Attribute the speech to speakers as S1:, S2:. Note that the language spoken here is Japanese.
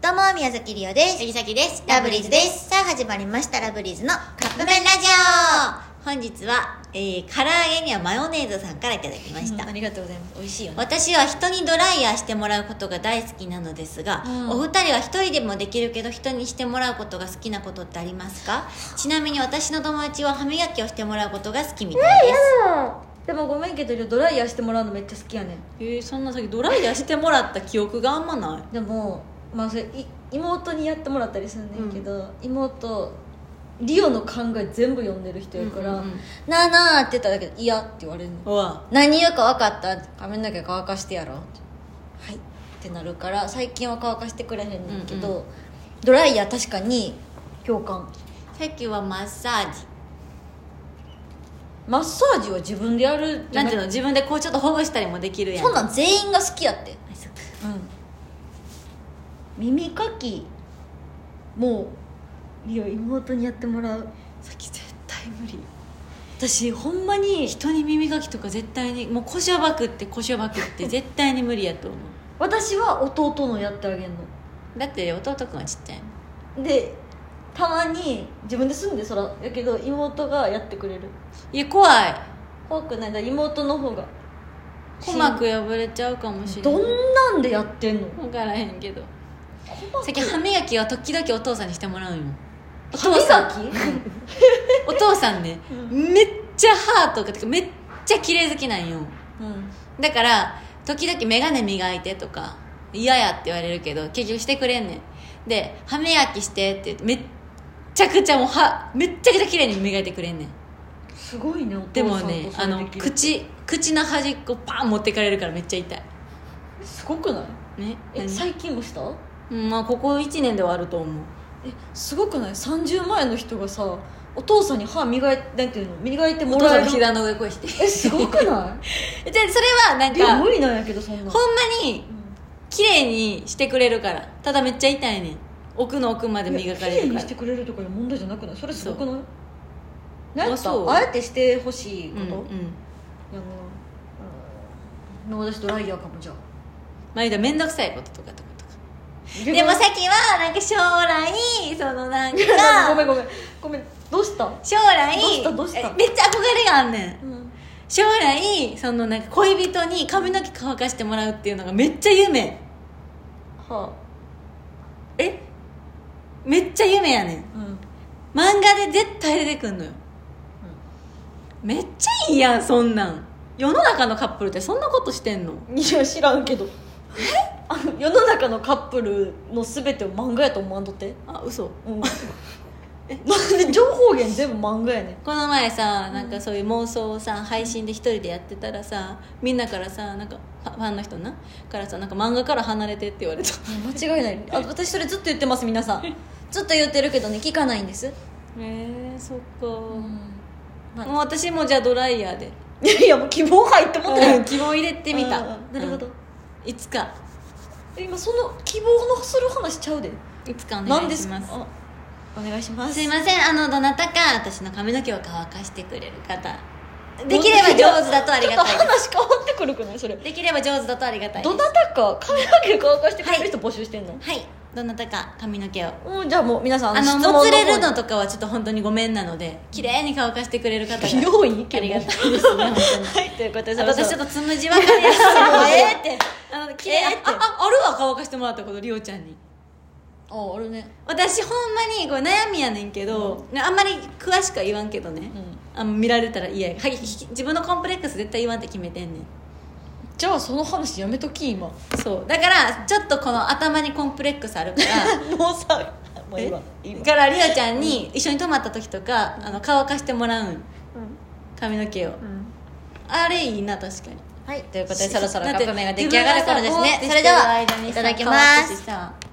S1: どうも、宮崎りおです。
S2: 杉崎です
S1: ラブリーズです。さあ、始まりました、ラブリーズのカップ麺ラジ
S2: 本日は、えー、唐揚げにはマヨネーズさんからいただきまし
S1: オ
S2: た、
S1: りがとうございます。美味しいよ。
S2: 私は人にドライヤーしてもらうことが大好きなのですが、
S1: うん
S2: お二人は一人でもできるけど人にしてもらうことが好きなことってありますかちなみに私の友達は歯磨きをしてもらうことが好きみたいです、
S3: でもごめんけどドライヤーしてもらうのめっちゃ好きやねん
S4: えー、そんな先ドライヤーしてもらった記憶があんまない
S3: でもまあそれい妹にやってもらったりするねんけど、妹リオの考え全部読んでる人やから「なあなあ」って言っただけで「いや」って言われるの
S4: うわ
S3: 何言うか分かった髪の毛乾かしてやろうはいってなるから最近は乾かしてくれへんねんけど、ドライヤー確かに共感
S2: さっきはマッサージ
S3: マッサージは自分でやるじ
S2: な
S3: ゃ
S2: ん
S3: な
S2: ていう
S3: く
S2: の自分でこうちょっと保護したりもできるやん
S3: そんなん全員が好きやって
S2: あそっか
S3: うん、耳かきもうリオ妹にやってもらう
S4: 先絶対無理
S3: 私ほんまに
S4: 人に耳かきとか絶対にもう腰をばくって腰をばくって 絶対に無理やと思う
S3: 私は弟のやってあげるの
S4: だって弟君はちっちゃいの
S3: でたまに自分で住んでそらやけど妹がやってくれる
S4: いや怖い
S3: 怖くないだ妹の方が
S4: 鼓膜破れちゃうかもしれな
S3: ど
S4: い
S3: んなんでやってんの
S4: 分からへんけど先歯磨きは時々お父さんにしてもらうんよお
S3: 歯
S4: 父さん
S3: 磨き
S4: お父さんね、めっちゃ歯とかてかめっちゃ綺麗好きなんよ
S3: うん
S4: だから時々眼鏡磨いてとか嫌やって言われるけど結局してくれんねんで歯磨きしてって言ってめっちゃくちゃもう歯めっちゃくちゃ綺麗に磨いてくれんねん
S3: すごいねお父
S4: でも
S3: さんと
S4: ね
S3: そ
S4: あ
S3: れで
S4: の
S3: きる
S4: 口口の端っこパン持ってかれるからめっちゃ痛い
S3: すごくない
S4: ね
S3: え
S4: 何
S3: 最近もした
S4: うんまあここ1年ではあると思う
S3: えすごくない30前の人がさお父さんに歯磨いなんていうの磨いて
S4: お
S3: も
S4: 父
S3: ら
S4: さん
S3: える
S4: の膝の上越して
S3: えすごくな
S4: でそれはなん
S3: いいや
S4: かほ
S3: 無
S4: ん
S3: 理なんやけどそんな
S4: まに綺麗にしてくれるからただめっちゃ痛いねん奥の奥まで磨か
S3: い
S4: れる
S3: や綺麗
S4: か
S3: に
S4: ら
S3: してくれるとかいう問題じゃなくないそれすごくない
S4: あ
S3: なんやった
S4: そう
S3: あえてしてほしい
S4: うん
S3: こ
S4: う
S3: と、や
S4: ん
S3: なうん私ドライヤーかもじゃあ
S4: まあ言うたら面倒くさいこととかってことか
S2: でもさっきはなんか将来そのなんか
S3: ごめんごめんごめんどうした、
S2: 将来
S3: どうしたどうした
S2: えめっちゃ憧れがあんねん
S3: うん、
S4: 将来そのなんか恋人に髪の毛乾かしてもらうっていうのがめっちゃ夢
S3: は
S4: えめっちゃ夢やねん
S3: あうん
S4: 漫画で絶対出てくんのよ、めっちゃいいやんそんなん世の中のカップルってそんなことしてんの
S3: いや知らんけどあの世の中のカップルの全てを漫画やと思わんとって
S4: あ嘘
S3: うんなんで情報源全部漫画やねん
S4: この前さなんかそういう妄想をさ配信で一人でやってたらさみんなからさなんかファファンの人なからさなんか漫画から離れてって言われた
S3: 間違いないあ私それずっと言ってます皆さん ずっと言ってるけどね聞かないんです、
S4: えー、そっか、
S3: まあ
S4: もう私もじゃあドライヤーで
S3: いやいやもう希望入ってもってない
S4: 希望入れてみた
S3: あーなるほど、
S4: うんいつか
S3: 今その希望のする話ちゃうで
S4: いつかお
S3: 何
S4: 願
S3: で
S4: い
S3: す
S4: し
S3: か
S4: ます
S3: あお願いしますす
S2: いませんあのどなたか私の髪の毛を乾かしてくれる方できれば上手だとありがた
S3: ち
S2: い
S3: ょっ
S2: で
S3: と話変わってくるくないそれ
S2: すできれば上手だとありがたいで
S3: ど
S2: す
S3: なたか髪の毛乾かしてくれる人募集してんの、
S2: はいどなたか髪の毛を
S3: うんじゃあもう皆さん
S2: あの
S3: 質問
S2: もつれる
S3: 方
S2: の とかはちょっと本当にごめんなので綺麗に乾かしてくれる方が
S3: 美容院行
S2: あ
S3: け
S2: り
S3: も
S2: がたいですね本当に
S3: はいということで
S2: あと私ちょっとつむじ分かりやすい
S3: もう
S2: の
S3: ええっ
S2: で
S3: て
S2: あの綺麗
S3: ええって
S4: あああるわ乾かしてもらったことりおちゃんに
S3: ああるね
S4: 私ほんまにこれ悩みやねんけど、ねあんまり詳しくは言わんけどね、あんま見られたら嫌やはいひき自分のコンプレックス絶対言わんって決めてんねん
S3: じゃあその話やめとき今も
S4: そうだからちょっとこの頭にコンプレックスあるから
S3: うさ もういいわ
S4: だからりおちゃんに一緒に泊まった時とか、あの乾かしてもらうん、髪の毛を、あれいいな確かに
S2: はいということで
S4: し
S2: そろそろカップ麺が出来上がる頃ですね
S4: だって
S2: それではいただきます
S4: 自分がさぼーってしてさ